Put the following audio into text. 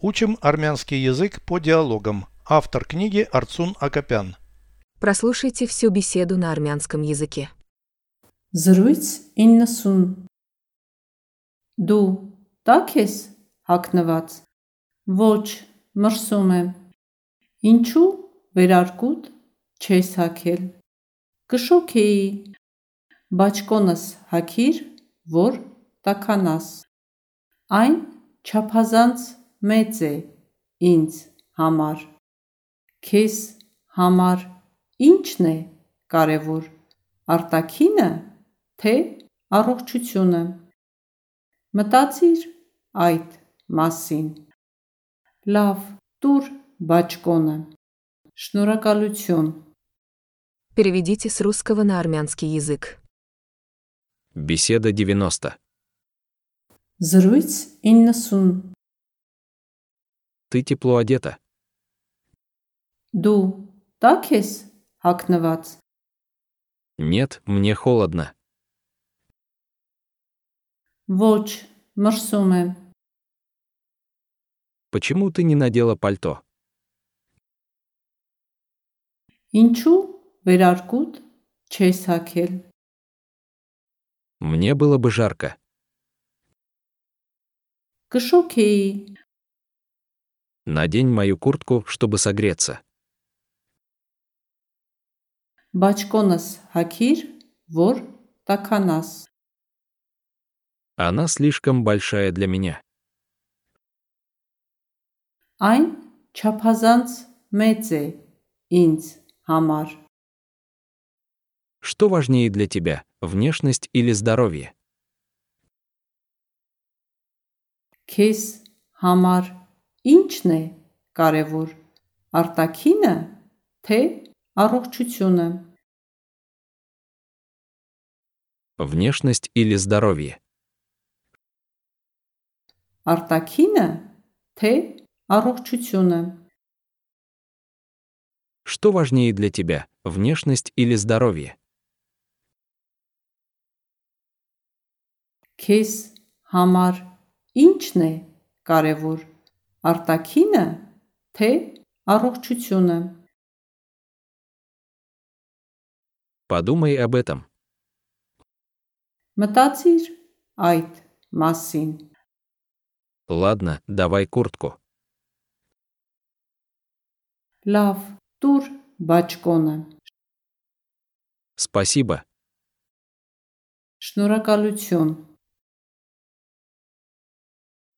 Учим армянский язык по диалогам. Автор книги Арцун Акопян. Прослушайте всю беседу на армянском языке. Զրույց 90 Դու տաք ես հակնված Ոչ, մրսում եմ Ինչու վերարկուտ չես հակել Կշոք էի Բաճկոնս հակիր, որ տականաս Այն չափազանց մեծ է ինձ համար Քեզ համար ի՞նչն է կարևոր Արտակինը թե առողջությունը։ Մտածիր այդ մասին։ Լավ, տուր բաճկոնը։ Շնորհակալություն։ Переведите с русского на армянский язык. Беседа 90. Զրույց 90։ Ты тепло одета. Դու տաք ես հագնված։ Нет, мне холодно. Ոչ, մրսում եմ։ Почему ты не надела пальто? Ինչու վերարկուտ չես հագել։ Мне было бы жарко. Կշոք էի։ Надень мою куртку, чтобы согреться. Բաճկոնս հագիր, որ տականաս։ Она слишком большая для меня. Այն չափազանց մեծ է ինձ համար։ Что важнее для тебя, внешность или здоровье? Քեզ համար ի՞նչն է կարևոր։ Արտակինը թե առողջությունը։ Внешность или здоровье? Արտակինը թե առողջությունը։ Что важнее для тебя, внешность или здоровье? Քեզ համար ի՞նչն է կարևոր։ Արտակինը թե առողջությունը։ Подумай об этом. Մտածիր այդ մասին։ Ладно, давай куртку. Լավ, տուր բաճկոնը։ Спасибо. Շնորհակալություն։